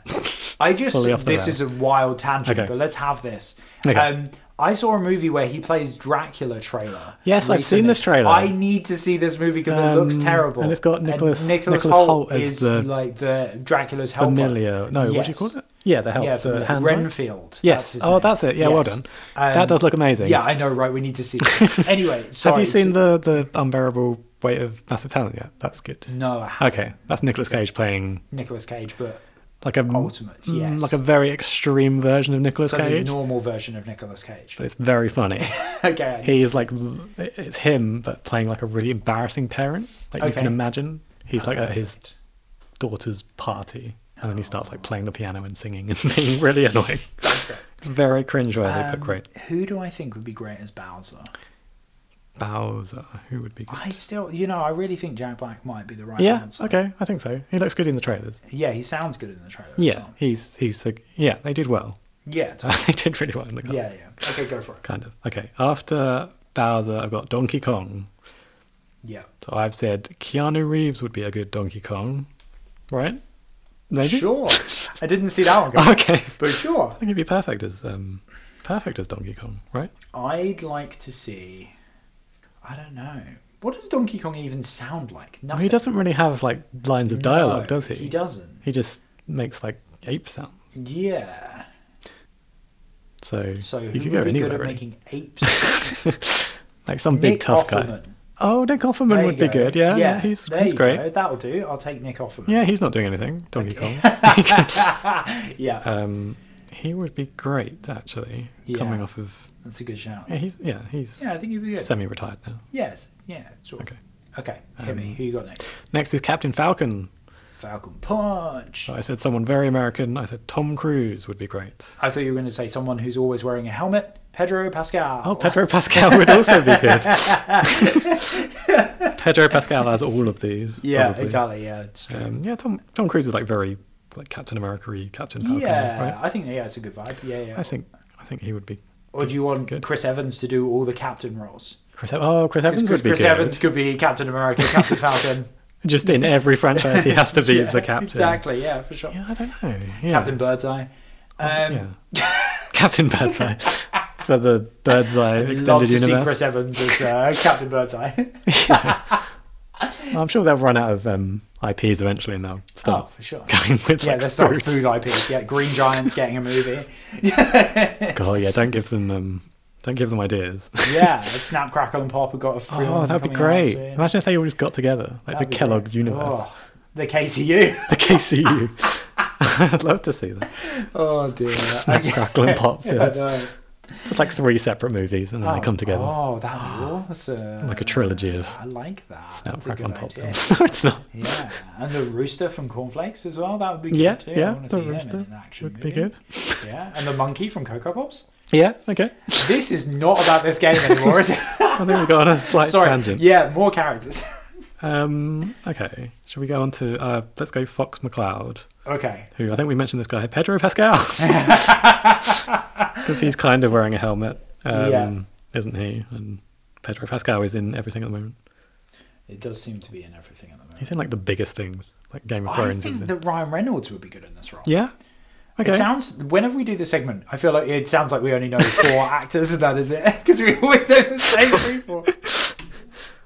A: I just
B: Fully off the
A: this
B: rail.
A: is a wild tangent,
B: Okay.
A: but let's have this.
B: Okay.
A: Um I saw a movie where he plays Dracula trailer.
B: Yes, I've seen this trailer.
A: I need to see this movie because it looks
B: Um,
A: terrible.
B: and it's got Nicholas-
A: Nicholas
B: Nicholas
A: Holt,
B: Holt as
A: is
B: the
A: like the Dracula's helper.
B: Familiar. No, what do you
A: Yes.
B: call it? Yeah, the help.
A: Yeah,
B: the
A: familiar.
B: hand. right?
A: Renfield.
B: Yes.
A: his
B: oh,
A: name.
B: that's it. Yeah, well
A: Yes.
B: done.
A: Um,
B: that does look amazing.
A: Yeah, I know, right? We need to see. That. anyway, sorry.
B: Have you seen
A: so-
B: the the unbearable weight of massive talent yet? That's good.
A: No, I haven't.
B: Okay, that's Nicolas Cage playing
A: Nicolas Cage, but
B: Mm, like a
A: Ultimate,
B: mm,
A: yes.
B: like a very extreme version of Nicolas
A: So the
B: Cage.
A: normal version of Nicolas Cage.
B: but it's very funny.
A: okay.
B: He's like it's him, but playing like a really embarrassing parent. Like you
A: Okay.
B: can imagine, he's like at his
A: Perfect.
B: daughter's party, and then he starts like playing the piano and singing and being really annoying. It's very cringeworthy, but
A: Um,
B: great.
A: Who do I think would be great as Bowser?
B: Bowser, who would be? Good?
A: I still, you know, I really think Jack Black might be the right
B: yeah,
A: answer.
B: okay, I think so. He looks good in the trailers.
A: Yeah, he sounds good in the trailer. as
B: Yeah,
A: well.
B: he's he's like yeah, they did well.
A: Yeah. totally.
B: they did really well in the cast.
A: Yeah, yeah. Okay, go for it.
B: kind of. Okay, after Bowser, I've got Donkey Kong.
A: Yeah.
B: So I've said Keanu Reeves would be a good Donkey Kong, right? Maybe.
A: Sure. I didn't see that one coming.
B: Okay.
A: But sure.
B: I think he'd be perfect as um, perfect as Donkey Kong, right?
A: I'd like to see. I don't know. What does Donkey Kong even sound like? Nothing.
B: He doesn't really have like lines of dialogue,
A: No,
B: does he?
A: He doesn't.
B: He just makes like ape sounds.
A: Yeah.
B: So,
A: So
B: you
A: who
B: could go
A: would be
B: anywhere.
A: good at
B: really.
A: making apes?
B: like some big
A: Nick
B: tough guy.
A: Offerman.
B: Oh, Nick Offerman
A: There
B: would
A: you
B: be
A: go.
B: good. Yeah, yeah, he's
A: there
B: he's
A: you
B: great.
A: go. That'll do. I'll take Nick Offerman.
B: Yeah, he's not doing anything. Donkey Kong.
A: Yeah.
B: Um, he would be great actually. Coming
A: Yeah.
B: off of
A: That's a good shout.
B: yeah, he's yeah he's
A: Yeah, I think you'd be good.
B: semi-retired now.
A: Yes. Yeah. Sort of.
B: Okay. Um,
A: Okay. Hit me. Who you got next?
B: Next is Captain Falcon.
A: Falcon Punch.
B: So I said someone very American. I said Tom Cruise would be great.
A: I thought you were going to say someone who's always wearing a helmet. Pedro Pascal.
B: Oh, Pedro Pascal would also be good. Pedro Pascal has all of these.
A: Yeah,
B: probably.
A: exactly. Yeah, it's true.
B: Um, yeah, Tom Tom Cruise is like very like Captain America-y, Captain Falcon.
A: yeah,
B: right?
A: I think yeah, it's a good vibe. Yeah, yeah.
B: I think I think he would be.
A: or do you want
B: Good.
A: Chris Evans to do all the captain roles?
B: Chris, Ev- oh, Chris Evans
A: Because Chris,
B: would be
A: Chris
B: good.
A: Evans could be Captain America, Captain Falcon.
B: Just in every franchise, he has to be
A: Yeah,
B: the captain.
A: Exactly. Yeah, for sure.
B: Yeah, I don't know. Yeah.
A: Captain Birdseye. Um,
B: yeah. Captain Birdseye for the Birdseye
A: I'd love to
B: extended
A: see
B: universe.
A: Chris Evans as uh, Captain Birdseye.
B: I'm sure they'll run out of um, IPs eventually, and they'll
A: oh,
B: start
A: for sure.
B: going with
A: Yeah,
B: like,
A: let's start with
B: fruits.
A: food IPs. Yeah, Green Giant's getting a movie.
B: God, yeah, don't give them um, don't give them ideas.
A: Yeah, Snap Crackle and Pop have got a film.
B: Oh, that'd be
A: coming out
B: great.
A: soon.
B: Imagine if they all just got together, like
A: That'd
B: the
A: be
B: Kellogg's
A: great.
B: universe,
A: Oh, the KCU.
B: the KCU. I'd love to see that.
A: Oh dear.
B: Snap, crackle, and pop. Yeah.
A: I know.
B: Just like three separate movies, and then
A: Oh,
B: they come together
A: Oh, that'd be awesome.
B: like a trilogy of
A: I like that.
B: Snap,
A: That's a good
B: Crackle, and Pop.
A: idea.
B: films. no, it's not.
A: Yeah, and the rooster from Cornflakes as well. That would be good
B: Yeah,
A: too. I
B: yeah,
A: wanna
B: the
A: see him in
B: rooster
A: an action
B: would be
A: movie.
B: good.
A: Yeah, and the monkey from Cocoa Pops.
B: Yeah, okay.
A: This is not about this game anymore, is it?
B: I think we got on a slight
A: Sorry.
B: tangent.
A: Yeah, more characters.
B: Um, okay, shall we go on to uh, let's go Fox McCloud,
A: okay.
B: who I think we mentioned this guy Pedro Pascal because he's kind of wearing a helmet, um,
A: Yeah.
B: isn't he? And Pedro Pascal is in everything at the moment.
A: It does seem to be in everything at the moment.
B: He's in like the biggest things, like Game of
A: I
B: Thrones.
A: think
B: Isn't it?
A: that Ryan Reynolds would be good in this role.
B: Yeah. Okay.
A: It sounds whenever we do the segment, I feel like it sounds like we only know four actors, and that is it, because we always know the same people.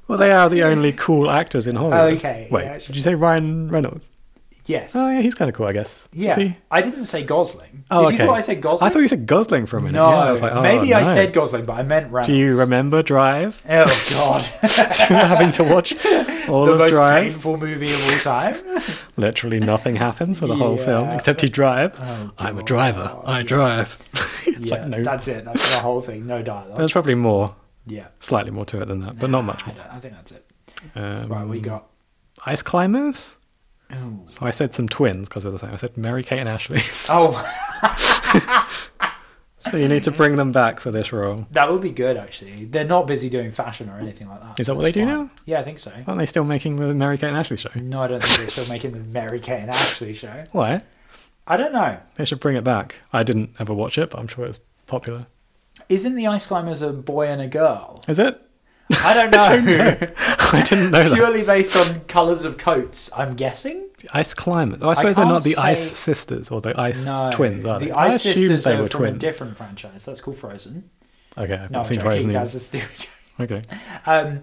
B: well, they are the only cool actors in Hollywood.
A: Okay,
B: Wait,
A: yeah, sure.
B: did you say Ryan Reynolds?
A: Yes.
B: Oh yeah, he's kind of cool, I guess. Is
A: yeah.
B: he?
A: I didn't say Gosling.
B: Oh,
A: Did
B: okay.
A: you thought I said Gosling?
B: I thought you said Gosling for a minute.
A: no.
B: Yeah, I was like, oh,
A: Maybe I
B: no.
A: said Gosling, but I meant Reynolds.
B: Do you remember Drive?
A: Oh God,
B: having to watch all
A: the
B: of
A: most
B: Drive.
A: painful movie of all time.
B: Literally nothing happens for the whole film
A: Yeah.
B: except he drives.
A: Oh,
B: I'm a
A: God.
B: driver. I drive. It's
A: yeah,
B: like, no,
A: that's it. That's the whole thing. No dialogue.
B: there's probably more,
A: yeah,
B: slightly more to it than that, but not much
A: I,
B: more.
A: don't- I think that's it.
B: Um,
A: Right, we got.
B: ice climbers.
A: Ooh.
B: So I said some twins because they're the same. I said Mary Kate and Ashley.
A: Oh,
B: so you need to bring them back for this role.
A: that would be good actually. They're not busy doing fashion or anything like that.
B: Is that
A: so
B: what they
A: it's
B: do
A: fine.
B: now?
A: Yeah, I think so.
B: Aren't they still making the Mary Kate and Ashley show?
A: No, I don't think they're still making the Mary Kate and Ashley show.
B: Why?
A: I don't know.
B: They should bring it back. I didn't ever watch it, but I'm sure it's popular.
A: Isn't the ice climbers a boy and a girl?
B: Is it?
A: I don't know.
B: I didn't know that.
A: Purely based on colours of coats, I'm guessing.
B: Ice climbers. Oh, I suppose they're
A: can't
B: not the ice
A: say-
B: sisters or the ice
A: No,
B: twins, are
A: the
B: they? I
A: Ice
B: assumed
A: Sisters
B: they
A: are
B: were
A: from a
B: twins.
A: different franchise. That's called Frozen.
B: Okay, I've
A: No,
B: not
A: I'm
B: seen
A: joking.
B: Frozen.
A: That's
B: either.
A: a stupid.
B: Okay,
A: Um,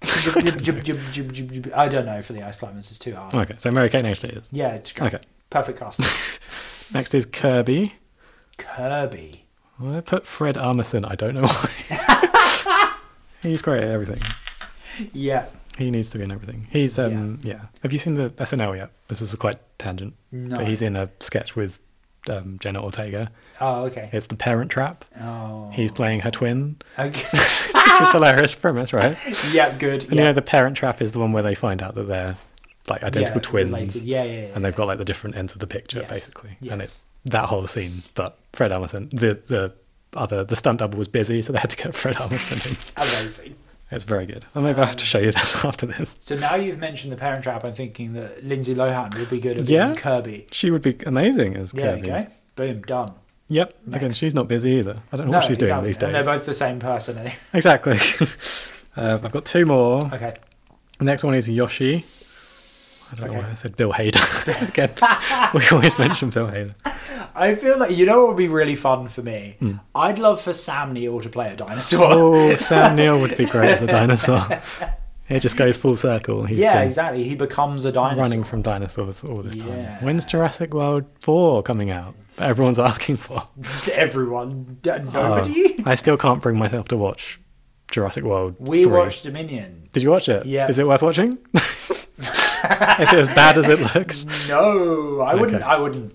A: jub- jub- jub- jub- jub- jub- I don't know for the ice climbers. It's too hard.
B: okay. So Mary Kate and Ashley is
A: Yeah, it's great.
B: Oh. okay.
A: Perfect casting.
B: Next is Kirby.
A: Kirby.
B: Well, I put Fred Armisen. I don't know why. He's great at everything.
A: Yeah.
B: He needs to be in everything. He's um yeah. Have you seen the SNL yet? This is a quite tangent.
A: No.
B: But he's in a sketch with um, Jenna Ortega.
A: Oh, okay.
B: It's the Parent Trap.
A: Oh.
B: He's playing her twin,
A: Okay.
B: which is hilarious premise, right? And
A: yeah, good.
B: you
A: yeah.
B: know, the Parent Trap is the one where they find out that they're like identical
A: yeah,
B: twins,
A: related. Yeah, yeah, yeah.
B: and they've got like the different ends of the picture
A: Yes.
B: basically. And
A: Yes.
B: it's that whole scene. But Fred Armisen, the the other the stunt double was busy, so they had to get Fred Armisen in.
A: Amazing.
B: It's very good. And maybe I have to show you that after this.
A: So now you've mentioned the Parent Trap, I'm thinking that Lindsay Lohan would be good at
B: Yeah.
A: being Kirby.
B: She would be amazing as
A: Yeah,
B: Kirby.
A: okay. Boom, done.
B: Yep. Again,
A: Next.
B: she's not busy either. I don't know what she's doing
A: exactly.
B: these
A: And
B: days.
A: they're both the same person. eh? anyway.
B: Exactly. uh, I've got two more.
A: Okay.
B: The next one is Yoshi. I don't know
A: Okay.
B: why I said Bill Hader. Again, we always mention Bill Hader.
A: I feel like, you know what would be really fun for me? I'd love for Sam Neill to play a dinosaur.
B: Hmm. Oh, Sam Neill would be great as a dinosaur. It just goes full circle. He's
A: yeah,
B: been
A: exactly. He becomes a dinosaur.
B: running from dinosaurs all this
A: Yeah.
B: time. When's Jurassic World 4 coming out? That Everyone's asking for.
A: Everyone. D-
B: Oh,
A: Nobody.
B: I still can't bring myself to watch Jurassic World
A: we
B: 3.
A: watched Dominion.
B: Did you watch it?
A: Yeah.
B: Is it worth watching? Is it as bad as it looks?
A: No, I wouldn't.
B: Okay.
A: I wouldn't.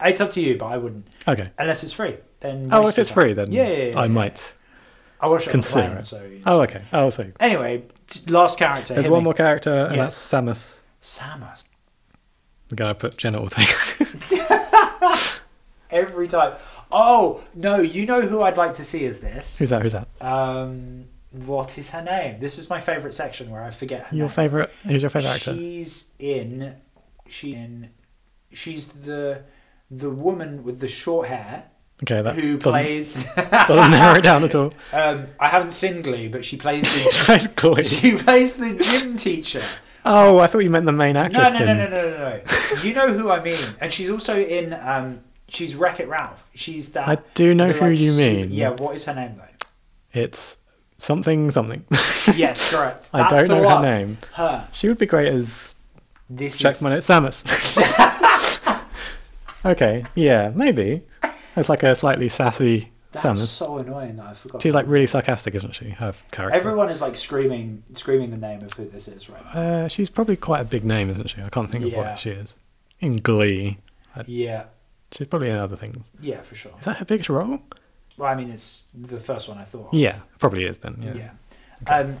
A: It's up to you, but I wouldn't.
B: Okay.
A: Unless it's free. Then
B: Oh,
A: waste
B: if
A: your
B: it's
A: time.
B: free, then
A: Yeah, yeah, yeah,
B: I
A: yeah.
B: might
A: I watched it on the
B: consider
A: plane,
B: it.
A: so it's-
B: Oh, okay. Oh, so
A: Anyway, t- last character.
B: there's
A: hit
B: one
A: me.
B: more character, and
A: Yes.
B: that's Samus.
A: Samus.
B: The guy I put Jenna Ortega.
A: Every time. Oh no! You know who I'd like to see is this.
B: Who's that? Who's that?
A: Um, what is her name? This is my favorite section where I forget her
B: Your
A: name.
B: favorite? Who's your favorite actor?
A: She's in. She in. She's the the woman with the short hair
B: Okay, that
A: who
B: doesn't,
A: plays.
B: doesn't narrow it down at all.
A: um, I haven't seen Glee, but she plays the
B: Basically.
A: she plays the gym teacher.
B: oh, I thought you meant the main
A: No,
B: actress.
A: no, no,
B: in-
A: no, no, no, no. You know who I mean. And she's also in. Um, she's Wreck It Ralph. She's that.
B: I do know
A: the,
B: who
A: like,
B: you
A: super-
B: mean.
A: yeah. What is her name though?
B: It's something something.
A: yes, correct.
B: I
A: That's
B: don't
A: the
B: know
A: one.
B: her name.
A: Her.
B: She would be great as
A: This
B: Check
A: is.
B: my note. Samus. okay, yeah, maybe. It's like a slightly sassy
A: That's
B: Samus.
A: so annoying that I forgot.
B: She's like really sarcastic, isn't she? Her character.
A: Everyone is like screaming, screaming the name of who this is right now.
B: Uh, she's probably quite a big name, isn't she? I can't think of
A: Yeah.
B: what she is. In Glee,
A: Yeah,
B: she's probably in other things.
A: yeah, for sure.
B: Is that her biggest role?
A: Well, I mean, it's the first one I thought. of.
B: Yeah, probably is then. Yeah.
A: yeah. Um,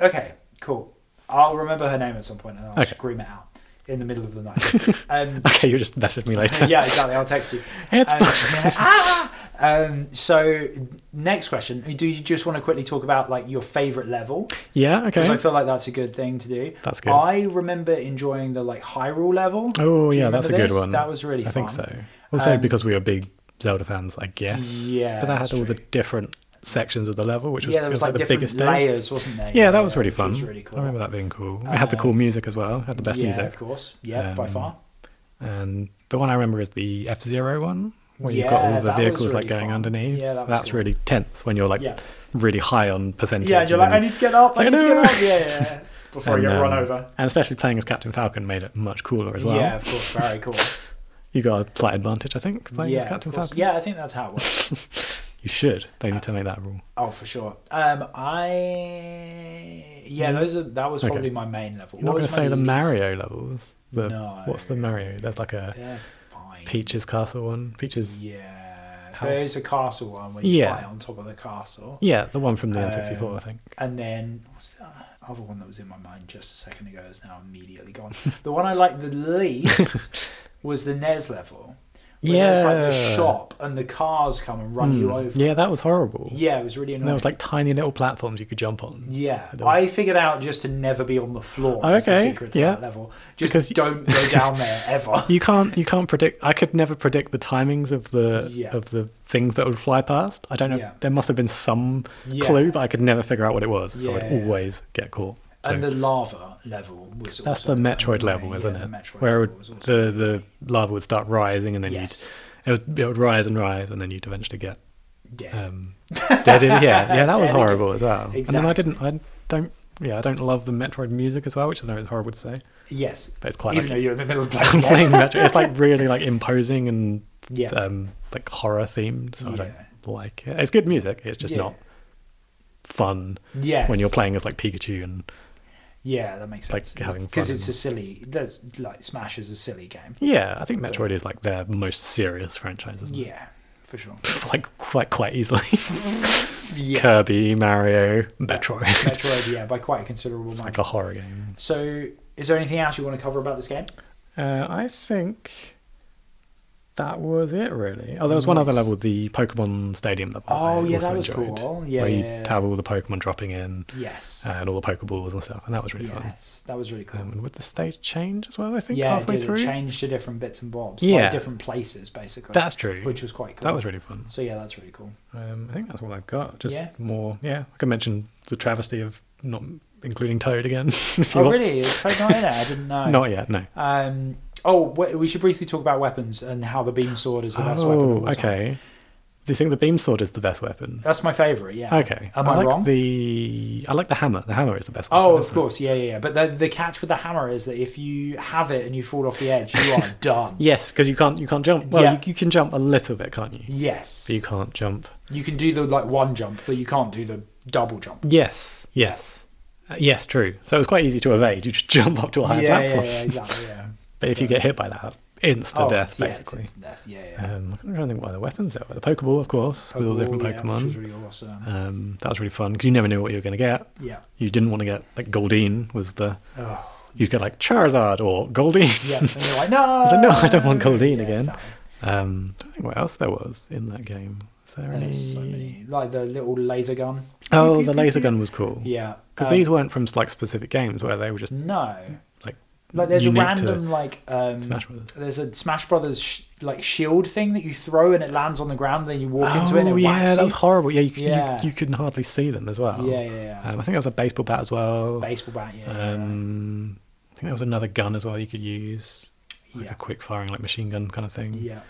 A: okay, cool. I'll remember her name at some point and I'll
B: Okay.
A: scream it out in the middle of the night. um,
B: Okay, you'll just message me later.
A: yeah, exactly. I'll text you.
B: It's
A: Um, ah! um, so, next question: Do you just want to quickly talk about like your favorite level?
B: yeah.
A: Because
B: Okay.
A: I feel like that's a good thing to do.
B: That's good.
A: I remember enjoying the like Hyrule level.
B: oh
A: Do you
B: yeah, that's a
A: remember
B: good
A: this?
B: one.
A: That was really
B: I
A: fun.
B: think so. Also
A: Um,
B: because we were big Zelda fans, I guess.
A: Yeah,
B: but that
A: that's
B: had all the
A: true.
B: different sections of the level, which was,
A: yeah, there
B: it
A: was,
B: was
A: like,
B: the
A: different
B: biggest stage.
A: layers, wasn't there?
B: Yeah, that was really
A: which
B: fun.
A: Was really cool.
B: I remember that being cool. it had the
A: Um,
B: cool music as well. It had the best
A: yeah,
B: music.
A: of course. Yeah, by
B: Um,
A: far.
B: And the one I remember is the F Zero one, where you've got
A: Yeah,
B: all the
A: that was
B: vehicles like
A: really
B: going
A: fun.
B: underneath.
A: Yeah, that was
B: That's
A: cool.
B: really tense when you're like
A: Yeah.
B: really high on percentage.
A: Yeah, and you're
B: and
A: like, I
B: then-
A: need to get up. I
B: Like,
A: need to get
B: "No."
A: up. Yeah, yeah. yeah, Before
B: and,
A: you are run
B: um,
A: over.
B: And especially playing as Captain Falcon made it much cooler as well.
A: Yeah, of course. Very cool.
B: You got a slight advantage, I think, playing
A: yeah,
B: as
A: of
B: Captain
A: course.
B: Falcon.
A: yeah, I think that's how it works.
B: You should. They need to make that rule.
A: Oh, for sure. Um, I yeah, those are that was
B: Hmm. Okay.
A: probably my main level.
B: You're not
A: What
B: going
A: was
B: to say
A: my
B: the
A: least-
B: Mario levels. The,
A: No.
B: What's the Mario? There's like a
A: They're fine.
B: Peach's Castle one. Peach's.
A: Yeah,
B: House.
A: there's a castle one where you
B: Yeah.
A: fight on top of the castle,
B: Yeah, the one from the N64, I
A: Um,
B: think.
A: and then what's the other one that was in my mind just a second ago is now immediately gone. the one I liked the least was the NES level. Where there's like the
B: Yeah.
A: shop and the cars come and run you
B: Mm.
A: over.
B: Yeah, that was horrible.
A: Yeah, it was really
B: And
A: annoying.
B: there was like tiny little platforms you could jump on.
A: Yeah,
B: There was-
A: I figured out just to never be on the floor.
B: Oh,
A: is the
B: okay,
A: secret to
B: yeah.
A: that level. Just
B: Because-
A: don't go down there ever.
B: You can't you can't predict I could never predict the timings of the
A: Yeah.
B: of the things that would fly past. I don't know
A: Yeah.
B: there must have been some
A: Yeah.
B: clue, but I could never figure out what it was. So I'd
A: Yeah.
B: always get caught. So
A: and the lava level was
B: that's
A: also
B: the
A: annoying.
B: Metroid level,
A: Yeah,
B: isn't
A: the
B: it?
A: Metroid
B: Where it
A: level
B: would,
A: was also
B: the the lava would start rising and then
A: yes,
B: you'd it would, it would rise and rise and then you'd eventually get
A: dead.
B: um, dead in yeah yeah that was
A: Dead
B: horrible as well and then i
A: Exactly.
B: didn't i don't yeah i don't love the metroid music as well which i know is horrible to say
A: yes,
B: but it's quite
A: even
B: like
A: though you're in the middle of playing.
B: I'm
A: yeah.
B: playing Metroid. It's like really like imposing and
A: Yeah.
B: um, like horror themed. So I
A: Yeah.
B: don't like it. It's good music. It's just
A: Yeah.
B: not fun
A: Yes.
B: when you're playing as like Pikachu and
A: Yeah, that makes
B: Like
A: sense.
B: having
A: because
B: fun
A: it's
B: and-
A: a silly. There's like Smash is a silly game.
B: Yeah, I think Metroid is like their most serious franchise, isn't
A: Yeah, for sure.
B: it? Like quite quite easily.
A: Yeah,
B: Kirby, Mario, Metroid.
A: Metroid. Yeah, by quite a considerable margin.
B: like a horror game.
A: So, is there anything else you want to cover about this game?
B: Uh, I think that was it really. Oh, there was one other
A: Nice.
B: level, the Pokemon Stadium level. I
A: Oh, yeah,
B: also
A: that was
B: enjoyed,
A: cool. Yeah,
B: where
A: yeah,
B: you
A: yeah.
B: have all the Pokemon dropping in
A: Yes.
B: uh, and all the Pokeballs and stuff, and that was really fun.
A: yes, that was really cool.
B: Um, and would the stage change as well? I think
A: yeah, it
B: halfway
A: did.
B: through.
A: It changed to different bits and bobs. Yeah,
B: Yeah.
A: different places basically.
B: That's true.
A: which was quite cool.
B: that was really fun.
A: So yeah, that's really cool.
B: Um, I think that's all I've got. Just
A: Yeah.
B: more. Yeah, I can mention the travesty of not including Toad again. if you
A: Oh
B: want.
A: really? It's quite not in it. I didn't know.
B: Not yet. No.
A: Um. Oh, we we should briefly talk about weapons and how the beam sword is the best weapon. Of
B: Oh,
A: all time.
B: okay. Do you think the beam sword is the best weapon?
A: That's my favorite. Yeah.
B: Okay.
A: Am I,
B: like
A: wrong?
B: The I like the hammer. The hammer is the best.
A: Oh,
B: weapon,
A: of
B: isn't it?
A: course, yeah, yeah, yeah. But the, the catch with the hammer is that if you have it and you fall off the edge, you are done.
B: Yes, because you can't you can't jump. Well,
A: Yeah.
B: you, you can jump a little bit, can't you?
A: Yes,
B: But you can't jump.
A: you can do the like one jump, but you can't do the double jump.
B: Yes. Yes. Uh, yes. True. So it was quite easy to evade. You just jump up to a
A: Yeah,
B: higher
A: yeah,
B: platform.
A: yeah, exactly. Yeah.
B: But if you get hit by that, that's insta
A: Oh, it's-
B: death
A: yeah, it's
B: basically.
A: instant death. Yeah, yeah.
B: Um, I'm trying to think what other weapons there were. The Pokeball, of course, with all the different
A: Pokeball, yeah, which
B: Pokemon.
A: was really awesome.
B: um, that was really fun because you never knew what you were going to get.
A: yeah.
B: You didn't want to get like Goldeen was the
A: Oh,
B: you'd get like Charizard or Goldeen.
A: yeah. And you're like, no. I
B: was like, "No, I don't want Goldeen
A: yeah,
B: again."
A: Exactly.
B: Um, I don't think what else there was in that game. Is there any?
A: There's so many, like the little laser gun.
B: Oh, the laser gun was cool.
A: Yeah.
B: Because
A: um,
B: these weren't from like specific games where they were just
A: No.
B: like
A: Like there's a
B: unique to
A: random like um,
B: Smash Brothers.
A: there's a Smash Brothers sh- like shield thing that you throw and it lands on the ground. Then you walk into it and
B: Oh,
A: it whacks
B: yeah, that was
A: you.
B: horrible. Yeah, you, could-
A: Yeah.
B: You, you could hardly see them as well.
A: Yeah, yeah, yeah.
B: Um, I think there was a baseball bat as well.
A: Baseball bat. Yeah. yeah,
B: Um, I think there was another gun as well you could use, like
A: yeah.
B: a quick firing, like machine gun kind of thing.
A: Yeah.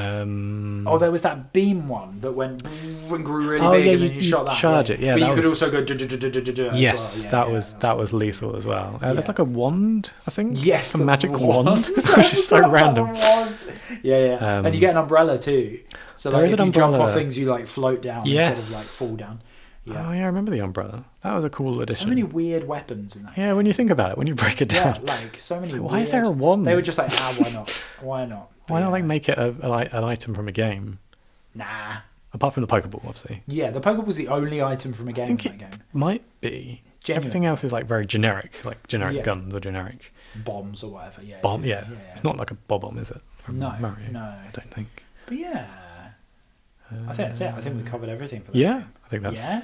B: Um,
A: Oh, there was that beam one that went and grew really
B: Oh,
A: big,
B: yeah,
A: and then
B: you-
A: you,
B: you
A: shot that.
B: charge it, yeah,
A: but
B: that
A: you could
B: was-
A: also go. duh, duh, duh, duh, duh, duh, duh, as
B: yes,
A: well. Yeah,
B: that
A: yeah,
B: was
A: that's
B: that was lethal as well. Uh, There's
A: Yeah.
B: like a wand, I think.
A: Yes,
B: a
A: the
B: magic
A: wand.
B: wand, which is so random.
A: Yeah, yeah.
B: Um,
A: and you get an umbrella too. So
B: there
A: like,
B: is
A: if
B: an
A: you jump off
B: umbrella.
A: things, you like float down instead of
B: Yes.
A: like fall down.
B: Oh
A: Yeah.
B: yeah, I remember the umbrella. That was a cool addition.
A: so many weird weapons in that.
B: Yeah, when you think about it, when you break it
A: Yeah,
B: down,
A: like so many.
B: why is
A: weird-
B: there a wand?
A: They were just like, ah, why not? Why not? But
B: why not
A: yeah.
B: like make it a, a, like, an item from a game
A: Nah.
B: apart from the Pokeball, obviously.
A: Yeah, the Pokeball's the only item from a game in
B: think
A: that
B: it-
A: game.
B: Might be.
A: Genuine.
B: Everything else is like very generic, like generic
A: Yeah.
B: guns or generic
A: Bombs or whatever. Yeah.
B: bomb. Yeah,
A: yeah, yeah.
B: it's not like a bob bomb, is it? From
A: No.
B: Mario.
A: No.
B: I don't think. Uh,
A: But yeah, I think that's it. I think we covered everything for that.
B: Yeah,
A: game.
B: I think that's.
A: Yeah.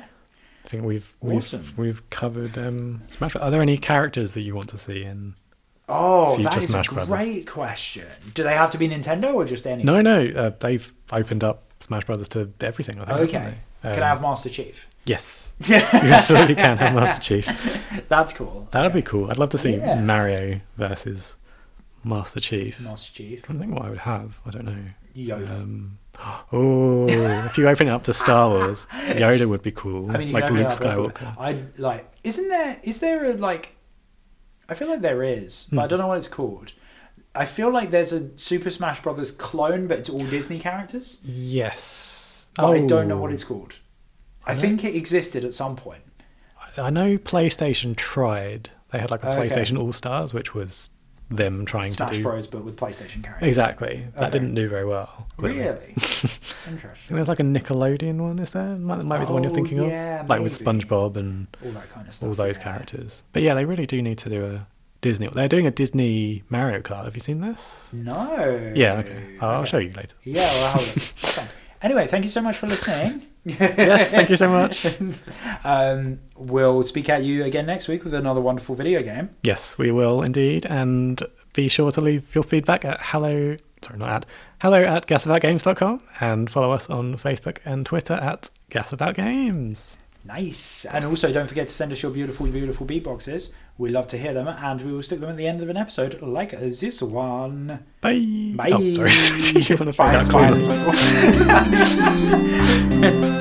B: I think we've
A: Awesome.
B: we've we've covered um, Smash. Are there any characters that you want to see in?
A: Oh,
B: Future
A: that is
B: Smash
A: a
B: Brothers.
A: great question. Do they have to be Nintendo or just any?
B: No, no. Uh, they've opened up Smash Brothers to everything. I think. haven't
A: Okay.
B: they? Um,
A: Can I have Master Chief?
B: Yes,
A: Yeah,
B: you absolutely can have Master Chief.
A: that's cool.
B: That would be cool. I'd love to see
A: Yeah.
B: Mario versus Master Chief. I
A: Master Chief,
B: don't think what I would have. I don't know.
A: Yoda.
B: Um, oh, if you open it up to Star Wars, Yoda would be cool.
A: I mean, you
B: like
A: can open
B: Luke
A: it up, open it
B: Skywalker.
A: up. I like. Isn't there? Is there a like? I feel like there is, but I
B: Hmm.
A: don't know what it's called. I feel like there's a Super Smash Brothers clone, but it's all Disney characters.
B: Yes.
A: But I don't know what
B: Oh.
A: it's called. I think it existed at some point.
B: I know PlayStation tried. They had like a
A: Okay.
B: PlayStation All Stars, which was them trying to
A: Smash
B: do
A: Bros, but with PlayStation characters.
B: exactly. That
A: Okay.
B: didn't do very well. clearly. I
A: Really? Interesting.
B: think there's like a Nickelodeon one. Is there? Might, that might be the one you're
A: Oh,
B: thinking
A: yeah,
B: of, like with
A: maybe.
B: SpongeBob and
A: All that kind of stuff.
B: all those
A: yeah.
B: characters. But yeah, they really do need to do a Disney. They're doing a Disney Mario Kart. Have you seen this?
A: No.
B: Yeah. Okay. Oh, I'll, I'll show you later.
A: Yeah. Well, hold on. Fine. Anyway, thank you so much for listening.
B: Yes. Thank you so much.
A: um, we'll speak at you again next week with another wonderful video game.
B: Yes, we will indeed. And be sure to leave your feedback at hello, sorry, not at, hello at gasaboutgames.com and follow us on Facebook and Twitter at gasaboutgames.
A: Nice. And also, don't forget to send us your beautiful, beautiful beatboxes. We love to hear them, and we will stick them at the end of an episode, like this one.
B: Bye.
A: Bye.
B: Oh, sorry. Did you want to play
A: Bye.
B: that
A: Bye.
B: chord?
A: Bye.